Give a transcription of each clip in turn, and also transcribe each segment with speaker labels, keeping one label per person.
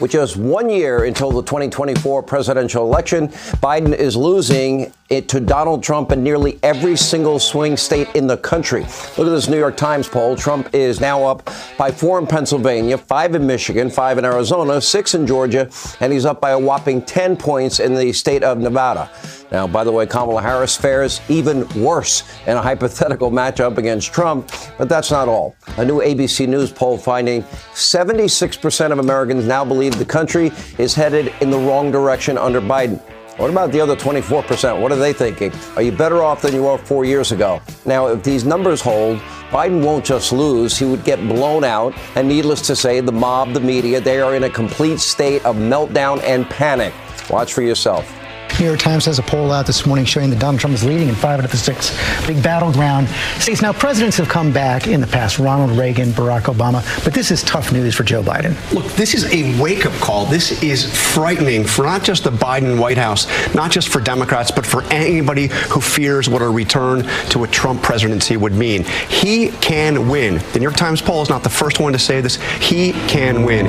Speaker 1: With just one year until the 2024 presidential election, Biden is losing it to Donald Trump in nearly every single swing state in the country. Look at this New York Times poll. Trump is now up by four in Pennsylvania, five in Michigan, five in Arizona, six in Georgia, and he's up by a whopping 10 points in the state of Nevada. Now, by the way, Kamala Harris fares even worse in a hypothetical matchup against Trump, but that's not all. A new ABC News poll finding 76% of Americans now believe the country is headed in the wrong direction under Biden. What about the other 24%? What are they thinking? Are you better off than you were four years ago? Now, if these numbers hold, Biden won't just lose, he would get blown out. And needless to say, the mob, the media, they are in a complete state of meltdown and panic. Watch for yourself.
Speaker 2: New York Times has a poll out this morning showing that Donald Trump is leading in five out of the six big battleground states. Now, presidents have come back in the past Ronald Reagan, Barack Obama, but this is tough news for Joe Biden.
Speaker 3: Look, this is a wake up call. This is frightening for not just the Biden White House, not just for Democrats, but for anybody who fears what a return to a Trump presidency would mean. He can win. The New York Times poll is not the first one to say this. He can win.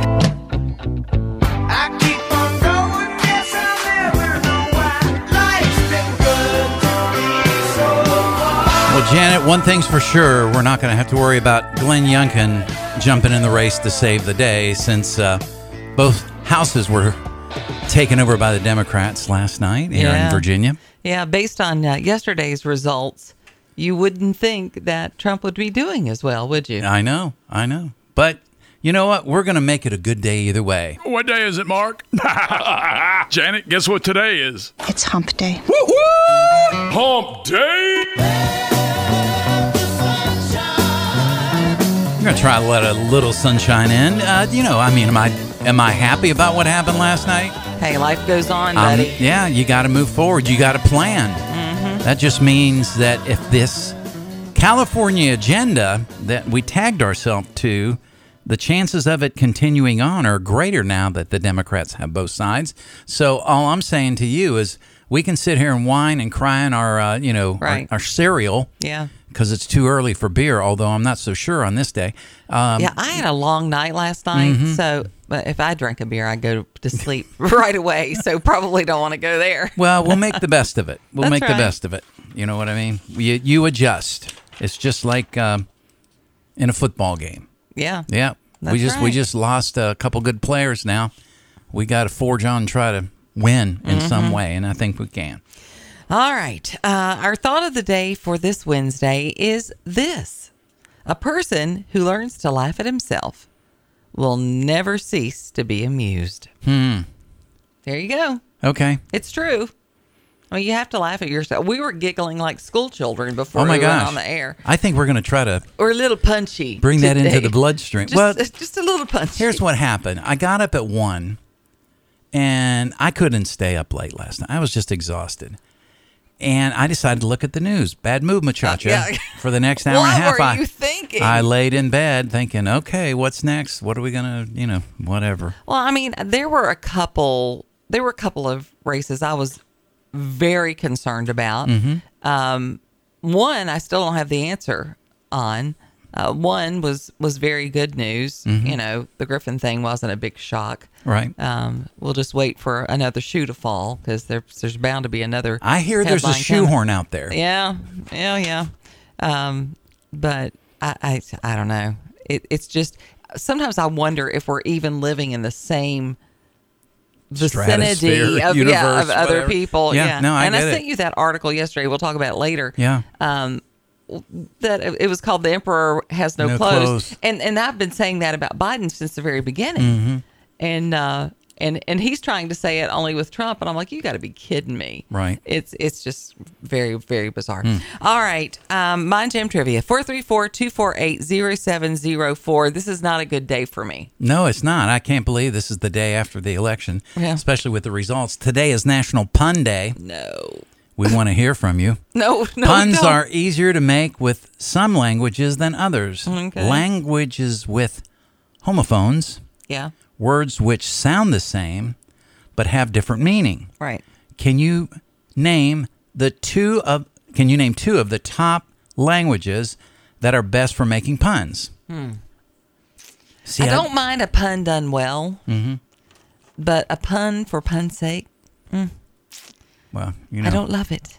Speaker 4: Well, Janet, one thing's for sure, we're not going to have to worry about Glenn Youngkin jumping in the race to save the day since uh, both houses were taken over by the Democrats last night here
Speaker 5: Yeah.
Speaker 4: in Virginia.
Speaker 5: Yeah, based on uh, yesterday's results, you wouldn't think that Trump would be doing as well, would you?
Speaker 4: I know, I know. But you know what? We're going to make it a good day either way.
Speaker 6: What day is it, Mark? Janet, guess what today is?
Speaker 7: It's hump day.
Speaker 6: Hump day!
Speaker 4: I'm going to try to let a little sunshine in. Uh, you know, I mean, am I am I happy about what happened last night?
Speaker 5: Hey, life goes on,
Speaker 4: Um,
Speaker 5: buddy.
Speaker 4: yeah, you got to move forward. You got to plan.
Speaker 5: Mm-hmm.
Speaker 4: That just means that if this California agenda that we tagged ourselves to, the chances of it continuing on are greater now that the Democrats have both sides. So all I'm saying to you is, we can sit here and whine and cry in our, uh, you know, our-
Speaker 5: Right.
Speaker 4: our, cereal
Speaker 5: yeah.
Speaker 4: because it's too early for beer. Although I'm not so sure on this day. Um, Mm-hmm.
Speaker 5: yeah, I had a long night last night, so but if I drank a beer, I go to sleep right away. So probably don't want to go there.
Speaker 4: Well, we'll make the best of it. We'll
Speaker 5: That's
Speaker 4: make the
Speaker 5: right.
Speaker 4: best of it. You know what I mean? You, you adjust. It's just like um, in a football game.
Speaker 5: Yeah,
Speaker 4: Yeah, we
Speaker 5: That's
Speaker 4: just we
Speaker 5: right.
Speaker 4: just lost a couple good players. Now we got to forge on, and try to win in
Speaker 5: Mm-hmm.
Speaker 4: some way, and I think we can.
Speaker 5: All right. Uh, our thought of the day for this Wednesday is this a person who learns to laugh at himself will never cease to be amused. Hmm. There you go.
Speaker 4: Okay.
Speaker 5: It's true. I mean, you have to laugh at yourself. We were giggling like school children before
Speaker 4: Oh my
Speaker 5: we went
Speaker 4: gosh!
Speaker 5: on the air.
Speaker 4: I think we're gonna try to
Speaker 5: We're a little punchy.
Speaker 4: bring that into
Speaker 5: today.
Speaker 4: the bloodstream.
Speaker 5: Just,
Speaker 4: well,
Speaker 5: just a little punchy.
Speaker 4: Here's what happened. I got up at one, and I couldn't stay up late last night. I was just exhausted, and I decided to look at the news. Bad move, muchacha.
Speaker 5: Uh, yeah.
Speaker 4: For the next hour
Speaker 5: What
Speaker 4: and a half,
Speaker 5: were
Speaker 4: I,
Speaker 5: you thinking?
Speaker 4: I laid in bed thinking, okay, what's next? What are we gonna, you know, whatever.
Speaker 5: Well, I mean, there were a couple. There were a couple of races I was very concerned about.
Speaker 4: Mm-hmm.
Speaker 5: Um, one I still don't have the answer on. Uh, one was was very good news. You know, the Griffin thing wasn't a big shock.
Speaker 4: Mm-hmm. Right.
Speaker 5: Um, we'll just wait for another shoe to fall because there's there's bound to be another.
Speaker 4: I hear there's a
Speaker 5: headline coming.
Speaker 4: shoehorn out there.
Speaker 5: Yeah, yeah, yeah. Um, but I, I, I don't know. It, it's just sometimes I wonder if we're even living in the same vicinity
Speaker 4: Stratosphere,
Speaker 5: of, yeah,
Speaker 4: universe,
Speaker 5: of other
Speaker 4: whatever.
Speaker 5: people.
Speaker 4: Yeah,
Speaker 5: Yeah,
Speaker 4: no, I
Speaker 5: and
Speaker 4: get
Speaker 5: I
Speaker 4: it.
Speaker 5: sent you that article yesterday. We'll talk about it later.
Speaker 4: Yeah.
Speaker 5: Um, that it was called "The Emperor Has No,
Speaker 4: No
Speaker 5: clothes.
Speaker 4: clothes. Mm.
Speaker 5: and and I've been saying that about Biden since the very beginning, and uh, and and he's trying to say it only with Trump, and I'm like, you got to be kidding me,
Speaker 4: Right. Hmm.
Speaker 5: It's it's just very very bizarre. All right, um, mind jam trivia 434-248-0704. This is not a good day for me.
Speaker 4: No, it's not. I can't believe this is the day after the election,
Speaker 5: Yeah.
Speaker 4: especially with the results. Today is National Pun Day.
Speaker 5: No,
Speaker 4: We want to hear from you.
Speaker 5: no, no.
Speaker 4: Puns
Speaker 5: don't.
Speaker 4: are easier to make with some languages than others.
Speaker 5: Okay.
Speaker 4: Languages with homophones,
Speaker 5: yeah,
Speaker 4: words which sound the same but have different meaning.
Speaker 5: right.
Speaker 4: Can you name the two of can you name two of the top languages that are best for making
Speaker 5: Hmm.
Speaker 4: puns? See, Mm-hmm.
Speaker 5: I don't mind a pun done well. but a pun for pun's sake,
Speaker 4: Well, you know,
Speaker 5: I don't love it.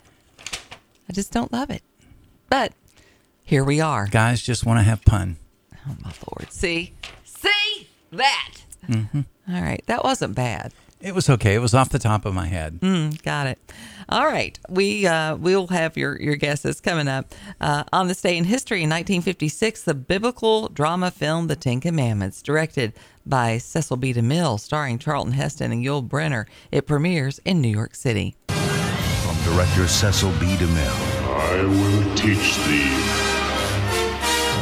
Speaker 5: I just don't love it. But here we are.
Speaker 4: guys just want to have fun.
Speaker 5: Oh my lord! See, see that.
Speaker 4: Mm-hmm.
Speaker 5: All right, that wasn't bad.
Speaker 4: It was okay. It was off the top of my head.
Speaker 5: Hmm. Got it. All right, we uh, we'll have your your guesses coming up uh, on this day in history in 1956. The biblical drama film The Ten Commandments, directed by Cecil B. DeMille, starring Charlton Heston and Yul Brenner. It premieres in New York City.
Speaker 8: From director Cecil B. DeMille
Speaker 9: I will teach thee.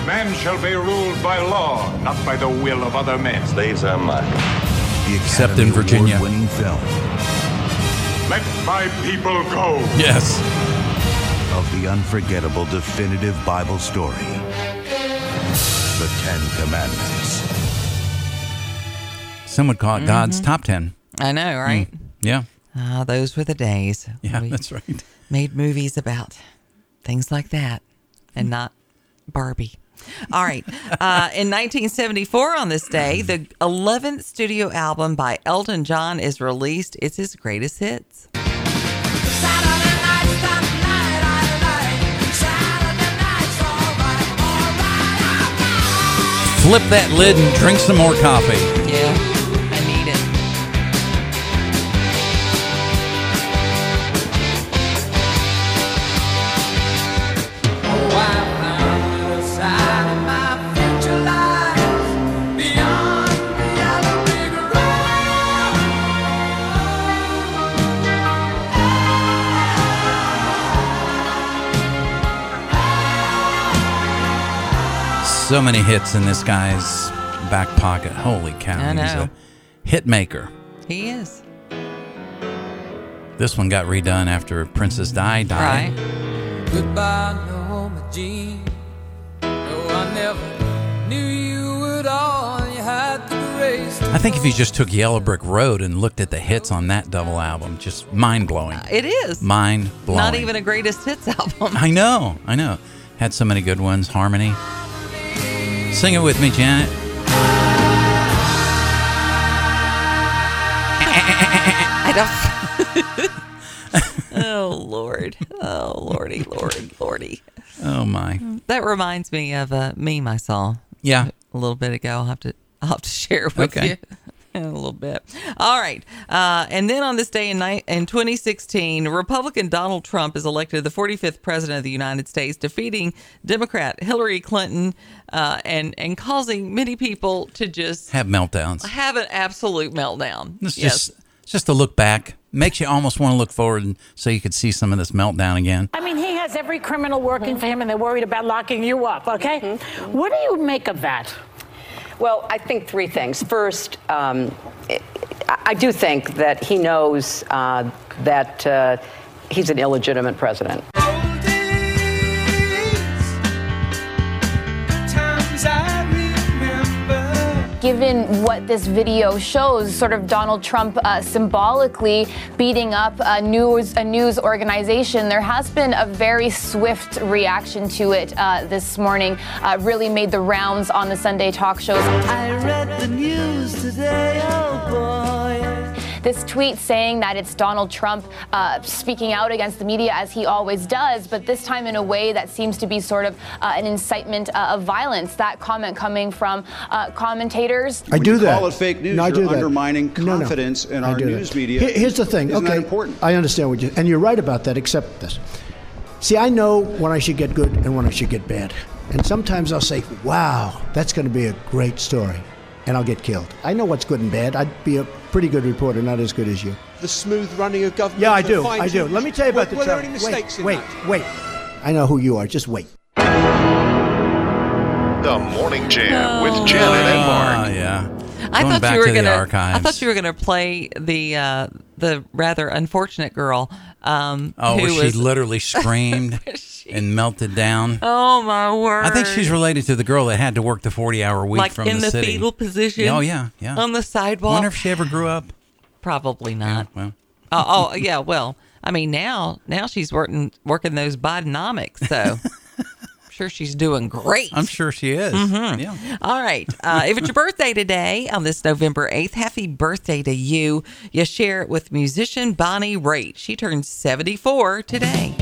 Speaker 10: Man shall be ruled by law, not by the will of other men.
Speaker 9: Slaves are mine.
Speaker 8: the
Speaker 4: Except
Speaker 8: Academy
Speaker 4: in Virginia.
Speaker 8: Award-winning film
Speaker 10: Let my people go.
Speaker 4: Yes.
Speaker 8: of the unforgettable definitive Bible story, The Ten Commandments.
Speaker 4: Some would call it
Speaker 5: Mm-hmm.
Speaker 4: God's top 10.
Speaker 5: I know, right?
Speaker 4: Yeah.
Speaker 5: Ah, those were the days.
Speaker 4: Mm. Yeah,
Speaker 5: we
Speaker 4: that's right.
Speaker 5: made movies about things like that and not Barbie. All right. Uh, in 1974, on this day, the 11th studio album by Elton John is released. It's his greatest hits.
Speaker 4: Flip that lid and drink some more coffee.
Speaker 5: Yeah, I need it.
Speaker 4: So many hits in this guy's back pocket. Holy cow.
Speaker 5: I
Speaker 4: He's a
Speaker 5: know.
Speaker 4: hit maker.
Speaker 5: He is.
Speaker 4: This one got redone after Princess Di died.
Speaker 5: Right.
Speaker 11: Goodbye, Norma Jean. No, I never knew you at all. You had the grace.
Speaker 4: I think if you just took Yellow Brick Road and looked at the hits on that double album, just mind blowing.
Speaker 5: It is.
Speaker 4: Mind blowing.
Speaker 5: Not even a greatest hits album.
Speaker 4: I know, I know. Had so many good ones. Harmony. Sing it with me, Janet.
Speaker 5: I don't. oh, Lord. Oh, Lordy, Lord, Lordy.
Speaker 4: Oh my.
Speaker 5: That reminds me of a meme I saw
Speaker 4: Yeah.
Speaker 5: a little bit ago. I'll have to I'll have to share with
Speaker 4: Okay.
Speaker 5: you in a little bit. All right. Uh, and then on this day in, ni- in 2016, Republican Donald Trump is elected the 45th president of the United States, defeating Democrat Hillary Clinton uh, and and causing many people to just
Speaker 4: Have meltdowns.
Speaker 5: have an absolute meltdown.
Speaker 4: It's just it's just a look back. Makes you almost want to look forward and so you could see some of this meltdown again.
Speaker 12: I mean, he has every criminal working for him, and they're worried about locking you up, okay? What do you make of that?
Speaker 11: Well, I think three things. First, um, I I do think that he knows uh, that uh, he's an illegitimate president.
Speaker 12: Given what this video shows, sort of Donald Trump uh, symbolically beating up a news a news organization, there has been a very swift reaction to it uh, this morning. Uh, really made the rounds on the Sunday talk shows. This tweet saying that it's Donald Trump uh, speaking out against the media as he always does, but this time in a way that seems to be sort of uh, an incitement uh, of violence. That comment coming from uh, commentators.
Speaker 2: I do that.
Speaker 10: call it fake news,
Speaker 2: No, I
Speaker 10: you're
Speaker 2: do that.
Speaker 10: undermining
Speaker 2: No, no.
Speaker 10: confidence in
Speaker 2: I
Speaker 10: our
Speaker 2: do that.
Speaker 10: news media.
Speaker 2: Here- here's the thing.
Speaker 10: Isn't
Speaker 2: okay,
Speaker 10: that important?
Speaker 2: I understand what you and you're right about that. Except this. See, I know when I should get good and when I should get bad, and sometimes I'll say, "Wow, that's going to be a great story," and I'll get killed. I know what's good and bad. I'd be a pretty good reporter, not as good as you.
Speaker 10: The smooth running of government.
Speaker 2: Yeah, I do. I do. Let me tell you about the Trump. wait, wait, wait. I know who you are. Just wait.
Speaker 9: The Morning Jam with Janet and Mark.
Speaker 4: Oh yeah.
Speaker 5: I
Speaker 4: Going
Speaker 5: thought
Speaker 4: back
Speaker 5: you were
Speaker 4: to the
Speaker 5: gonna.
Speaker 4: archives.
Speaker 5: I thought you were gonna play the uh, the rather unfortunate girl. Um,
Speaker 4: Oh,
Speaker 5: who
Speaker 4: where she
Speaker 5: was-
Speaker 4: literally screamed and melted down.
Speaker 5: Oh my word!
Speaker 4: I think she's related to the girl that had to work the forty-hour week
Speaker 5: like
Speaker 4: from
Speaker 5: in
Speaker 4: the,
Speaker 5: the,
Speaker 4: city.
Speaker 5: fetal position.
Speaker 4: Oh yeah, yeah.
Speaker 5: On the sidewalk.
Speaker 4: Wonder if she ever grew up.
Speaker 5: Probably not.
Speaker 4: Well,
Speaker 5: oh, oh, yeah. Well, I mean, now now she's working working those Bidenomics, so sure she's doing great.
Speaker 4: I'm sure she is.
Speaker 5: Mhm.
Speaker 4: Yeah.
Speaker 5: All right. Uh, if it's your birthday today on this November 8th, happy birthday to you. You share it with musician Bonnie Raitt. She turned 74 today.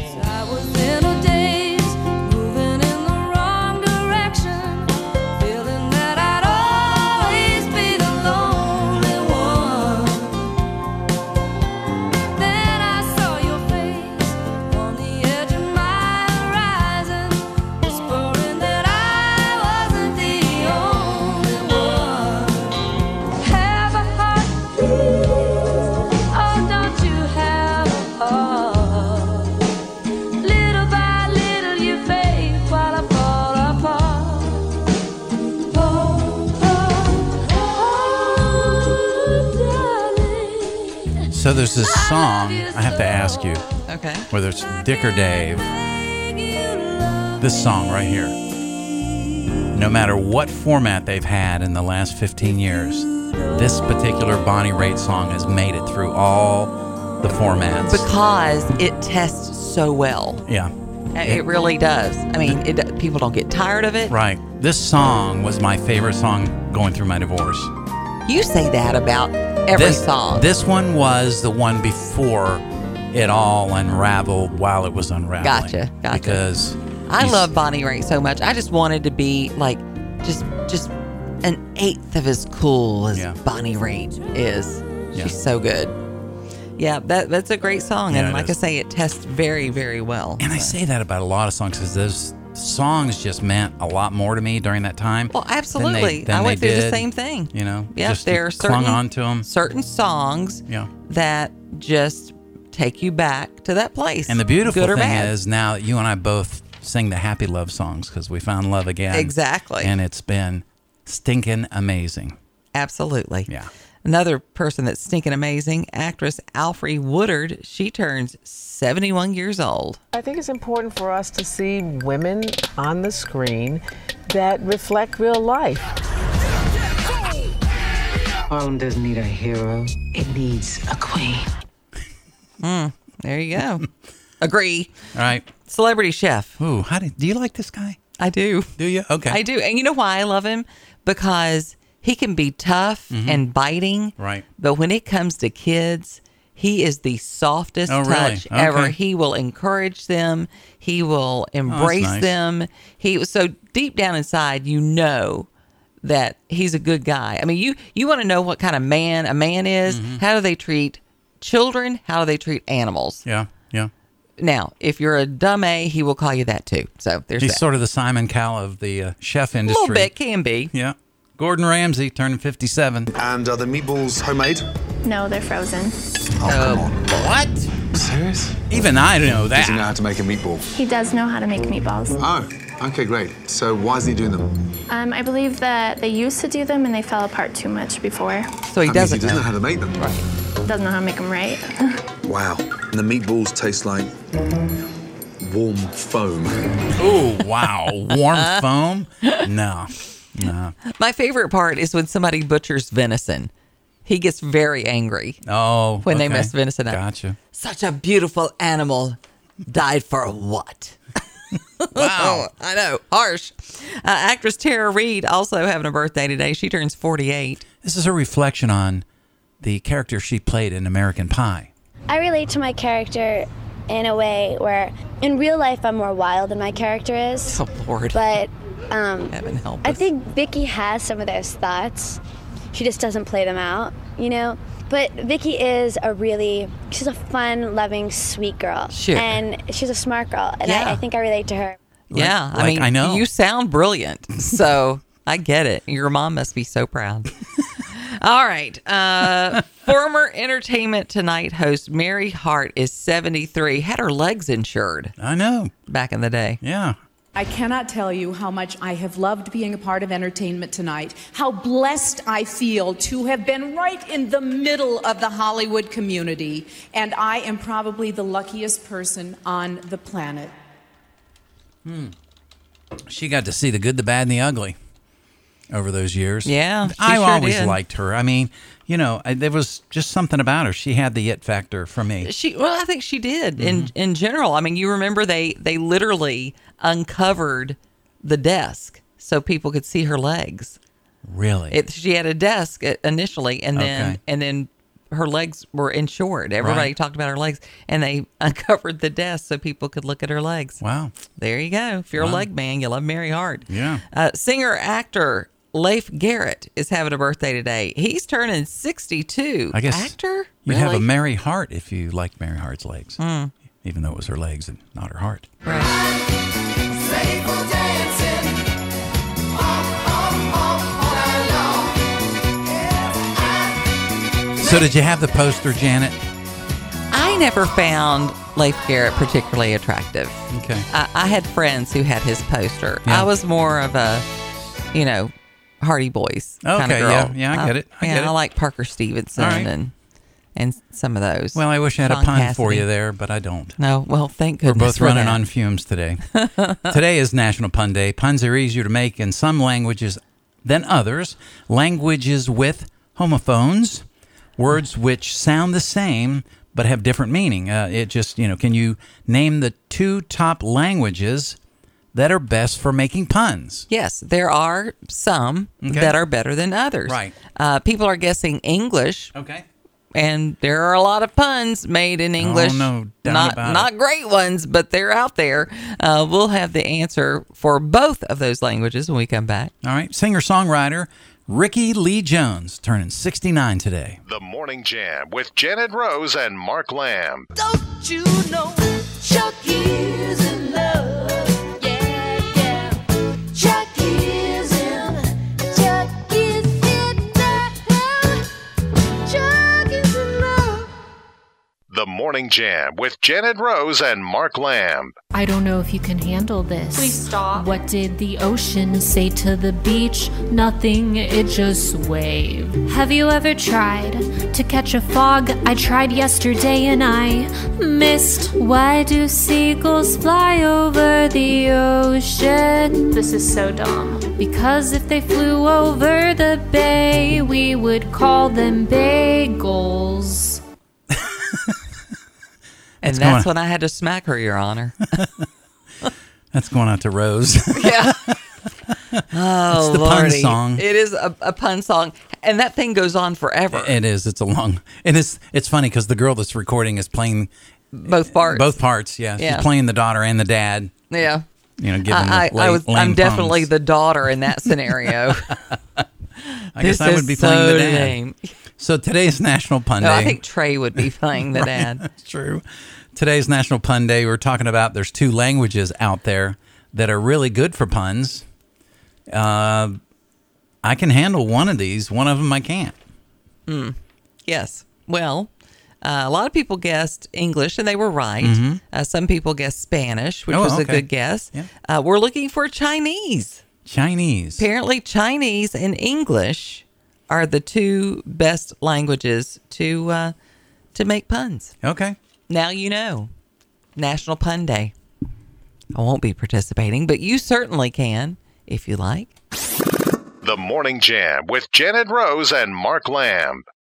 Speaker 12: Oh, Little by little you fade while I fall apart. Oh, oh, oh, darling.
Speaker 4: So there's this song I have to ask you.
Speaker 5: Okay.
Speaker 4: Whether it's Dick or Dave. This song right here. No matter what format they've had in the last 15 years, this particular Bonnie Raitt song has made it through all the formats.
Speaker 5: Because it tests so well.
Speaker 4: yeah.
Speaker 5: Uh, It really does. I mean, it, people don't get tired of it.
Speaker 4: Right. This song was my favorite song going through my divorce.
Speaker 5: You say that about every
Speaker 4: this,
Speaker 5: song.
Speaker 4: This one was the one before it all unraveled while it was unraveling.
Speaker 5: Gotcha, gotcha.
Speaker 4: Because
Speaker 5: I
Speaker 4: you-
Speaker 5: love Bonnie Raitt so much. I just wanted to be like just just an eighth of as cool as Bonnie Raitt is.
Speaker 4: Yeah.
Speaker 5: She's so good. Yeah, that that's a great song,
Speaker 4: Yeah, it
Speaker 5: and like
Speaker 4: is.
Speaker 5: I say, it tests very very well.
Speaker 4: And I say that about a lot of songs because those songs just meant a lot more to me during that time.
Speaker 5: Well,
Speaker 4: than they-
Speaker 5: absolutely.
Speaker 4: than
Speaker 5: I went
Speaker 4: they
Speaker 5: through the
Speaker 4: did,
Speaker 5: same thing.
Speaker 4: You know,
Speaker 5: Yeah,
Speaker 4: just
Speaker 5: there are
Speaker 4: clung
Speaker 5: certain
Speaker 4: on to them.
Speaker 5: certain songs
Speaker 4: Yeah.
Speaker 5: that just take you back to that place.
Speaker 4: And the beautiful
Speaker 5: good or
Speaker 4: thing
Speaker 5: bad.
Speaker 4: is now that you and I both sing the happy love songs because we found love again.
Speaker 5: Exactly.
Speaker 4: And it's been stinking amazing.
Speaker 5: Absolutely.
Speaker 4: Yeah.
Speaker 5: Another person that's stinking amazing, actress Alfre Woodard. She turns 71 years old.
Speaker 13: I think it's important for us to see women on the screen that reflect real life.
Speaker 14: Harlem doesn't need a hero, it needs a queen.
Speaker 5: Mm, there you go. Agree.
Speaker 4: All right.
Speaker 5: Celebrity chef.
Speaker 4: Ooh, how do, do you like this guy?
Speaker 5: I do.
Speaker 4: Do you? Okay.
Speaker 5: I do. And you know why I love him? Because he can be tough
Speaker 4: Mhm.
Speaker 5: and biting.
Speaker 4: Right.
Speaker 5: But when it comes to kids, he is the softest
Speaker 4: Oh, really?
Speaker 5: touch ever.
Speaker 4: Okay. Oh,
Speaker 5: He will encourage them. He will embrace
Speaker 4: nice.
Speaker 5: them. He so deep down inside, you know that he's a good guy. I mean, you you want to know what kind of man a man is.
Speaker 4: Mm-hmm.
Speaker 5: How do they treat children? How do they treat animals?
Speaker 4: Yeah. Yeah.
Speaker 5: Now, if you're a dumb A, he will call you that too. So there's
Speaker 4: He's
Speaker 5: that.
Speaker 4: sort of the Simon Cowell of the uh, chef
Speaker 5: a
Speaker 4: industry.
Speaker 5: little bit can be.
Speaker 4: Yeah. Gordon Ramsay turning 57.
Speaker 15: And are the meatballs homemade?
Speaker 16: No, they're frozen.
Speaker 4: What?
Speaker 15: Serious?
Speaker 4: Even I know that.
Speaker 15: Does he know how to make a meatball?
Speaker 16: He does know how to make meatballs.
Speaker 15: Oh, okay, great. So why isn't he doing them?
Speaker 16: Um, I believe that they used to do them and they fell apart too much before.
Speaker 5: So
Speaker 15: That means He doesn't know. how to make them.
Speaker 16: Doesn't know how to make them right.
Speaker 15: Wow. And the meatballs taste like warm foam.
Speaker 4: Ooh, wow. Warm
Speaker 5: Uh-huh.
Speaker 4: foam? No. No.
Speaker 5: My favorite part is when somebody butchers venison. He gets very angry.
Speaker 4: Oh.
Speaker 5: When they
Speaker 4: okay.
Speaker 5: mess venison up.
Speaker 4: Gotcha.
Speaker 5: Such a beautiful animal died for what? Oh.
Speaker 4: Oh,
Speaker 5: Wow. I know. Harsh. Uh, actress Tara Reid also having a birthday today. She turns 48.
Speaker 4: This is a reflection on the character she played in American Pie.
Speaker 8: I relate to my character in a way where in real life I'm more wild than my character is.
Speaker 5: Oh, Lord.
Speaker 8: But um,
Speaker 5: Heaven help
Speaker 8: I
Speaker 5: us.
Speaker 8: think Vicky has some of those thoughts. She just doesn't play them out, you know? But Vicky is a really, she's a fun, loving, sweet girl.
Speaker 5: Sure.
Speaker 8: And she's a smart girl. And I, I think I relate to her.
Speaker 5: yeah. I
Speaker 4: like
Speaker 5: mean,
Speaker 4: I know.
Speaker 5: you sound brilliant. So I get it. Your mom must be so proud. All right. Uh, former Entertainment Tonight host Mary Hart is 73. Had her legs insured.
Speaker 4: I know.
Speaker 5: Back in the day.
Speaker 4: Yeah.
Speaker 17: I cannot tell you how much I have loved being a part of entertainment tonight, how blessed I feel to have been right in the middle of the Hollywood community, and I am probably the luckiest person on the planet.
Speaker 4: She got to see the good, the bad, and the ugly. over those years.
Speaker 5: Yeah, she
Speaker 4: I
Speaker 5: sure
Speaker 4: always
Speaker 5: did.
Speaker 4: liked her. I mean, you know, I, there was just something about her. She had the it factor for me.
Speaker 5: She well, I think she did in
Speaker 4: Mm-hmm.
Speaker 5: in general. I mean, you remember they they literally uncovered the desk so people could see her legs.
Speaker 4: Really?
Speaker 5: It, she had a desk i- initially, and then
Speaker 4: Okay.
Speaker 5: and then her legs were insured. Everybody
Speaker 4: Right.
Speaker 5: talked about her legs, and they uncovered the desk so people could look at her legs.
Speaker 4: Wow.
Speaker 5: There you go. If you're
Speaker 4: Wow.
Speaker 5: a leg man, you love Mary Hart.
Speaker 4: Yeah.
Speaker 5: Uh, singer actor Leif Garrett is having a birthday today. He's turning 62.
Speaker 4: I guess
Speaker 5: actor.
Speaker 4: you have a
Speaker 5: Really?
Speaker 4: merry heart if you liked Mary Hart's legs, even though it was her legs and not her heart. So did you have the poster, Janet?
Speaker 5: I never found Leif Garrett particularly attractive.
Speaker 4: Okay.
Speaker 5: I, I had friends who had his poster.
Speaker 4: Yeah.
Speaker 5: I was more of a, you know, Hardy Boys kind
Speaker 4: Okay,
Speaker 5: of girl.
Speaker 4: yeah, yeah, I get it, I
Speaker 5: yeah,
Speaker 4: get it.
Speaker 5: I like Parker Stevenson
Speaker 4: All right.
Speaker 5: and and some of those.
Speaker 4: Well, I wish I had a
Speaker 5: Sean
Speaker 4: pun for
Speaker 5: Cassidy.
Speaker 4: you there, but I don't.
Speaker 5: No, well, thank
Speaker 4: We're
Speaker 5: goodness.
Speaker 4: both
Speaker 5: for
Speaker 4: running
Speaker 5: that.
Speaker 4: on fumes today. today is National Pun Day. Puns are easier to make in some languages than others. Languages with homophones, words which sound the same but have different meaning. Uh, it just, you know, can you name the two top languages that are best for making puns?
Speaker 5: Yes, there are some
Speaker 4: Okay.
Speaker 5: that are better than others.
Speaker 4: Right.
Speaker 5: Uh, people are guessing English.
Speaker 4: Okay.
Speaker 5: And there are a lot of puns made in English.
Speaker 4: Oh, no doubt
Speaker 5: not
Speaker 4: about it.
Speaker 5: not great ones, but they're out there. Uh, we'll have the answer for both of those languages when we come back.
Speaker 4: All right. Singer songwriter Ricky Lee Jones turning 69 today.
Speaker 10: The Morning Jam with Janet Rose and Mark Lamb.
Speaker 12: Don't you know Chucky's in love? Yeah, yeah. Chucky's in. Chucky's in love. Chucky's in love.
Speaker 10: The Morning Jam with Janet Rose and Mark Lamb.
Speaker 18: I don't know if you can handle this.
Speaker 10: Please
Speaker 18: stop. What did the ocean say to the beach? Nothing, it just waved. Have you ever tried to catch a fog? I tried yesterday and I missed. Why do seagulls fly over the ocean? This is so dumb. Because if they flew over the bay, we would call them bagels.
Speaker 5: And
Speaker 4: What's
Speaker 5: that's
Speaker 4: going
Speaker 5: when I had to smack her, Your Honor.
Speaker 4: That's going out to Rose.
Speaker 5: yeah. Oh,
Speaker 4: It's the pun
Speaker 5: Lordy.
Speaker 4: song.
Speaker 5: It is a, a pun song, and that thing goes on forever.
Speaker 4: It is. It's a long, and it's it's funny because the girl that's recording is playing
Speaker 5: both parts.
Speaker 4: Both parts. Yeah,
Speaker 5: Yeah.
Speaker 4: she's playing the daughter and the dad.
Speaker 5: Yeah.
Speaker 4: You know, giving
Speaker 5: I,
Speaker 4: the
Speaker 5: I, I
Speaker 4: la-
Speaker 5: was,
Speaker 4: lame
Speaker 5: I'm definitely
Speaker 4: puns.
Speaker 5: the daughter in that scenario.
Speaker 4: I guess
Speaker 5: This
Speaker 4: I would
Speaker 5: is
Speaker 4: be playing the
Speaker 5: so
Speaker 4: dad.
Speaker 5: lame.
Speaker 4: So today's National Pun Day.
Speaker 5: No, I think Trey would be playing the dad.
Speaker 4: That's true. Today's National Pun Day. We're talking about there's two languages out there that are really good for puns. Uh, I can handle one of these. One of them I can't.
Speaker 5: Mm. Yes. Well, uh, a lot of people guessed English, and they were right.
Speaker 4: Mhm.
Speaker 5: Uh, some people guessed Spanish, which
Speaker 4: Oh,
Speaker 5: was a
Speaker 4: okay.
Speaker 5: good guess.
Speaker 4: Yeah.
Speaker 5: Uh, we're looking for Chinese.
Speaker 4: Chinese.
Speaker 5: Apparently, Chinese and English are the two best languages to uh, to make puns.
Speaker 4: Okay.
Speaker 5: Now you know. National Pun Day. I won't be participating, but you certainly can if you like.
Speaker 10: The Morning Jam with Janet Rose and Mark Lamb.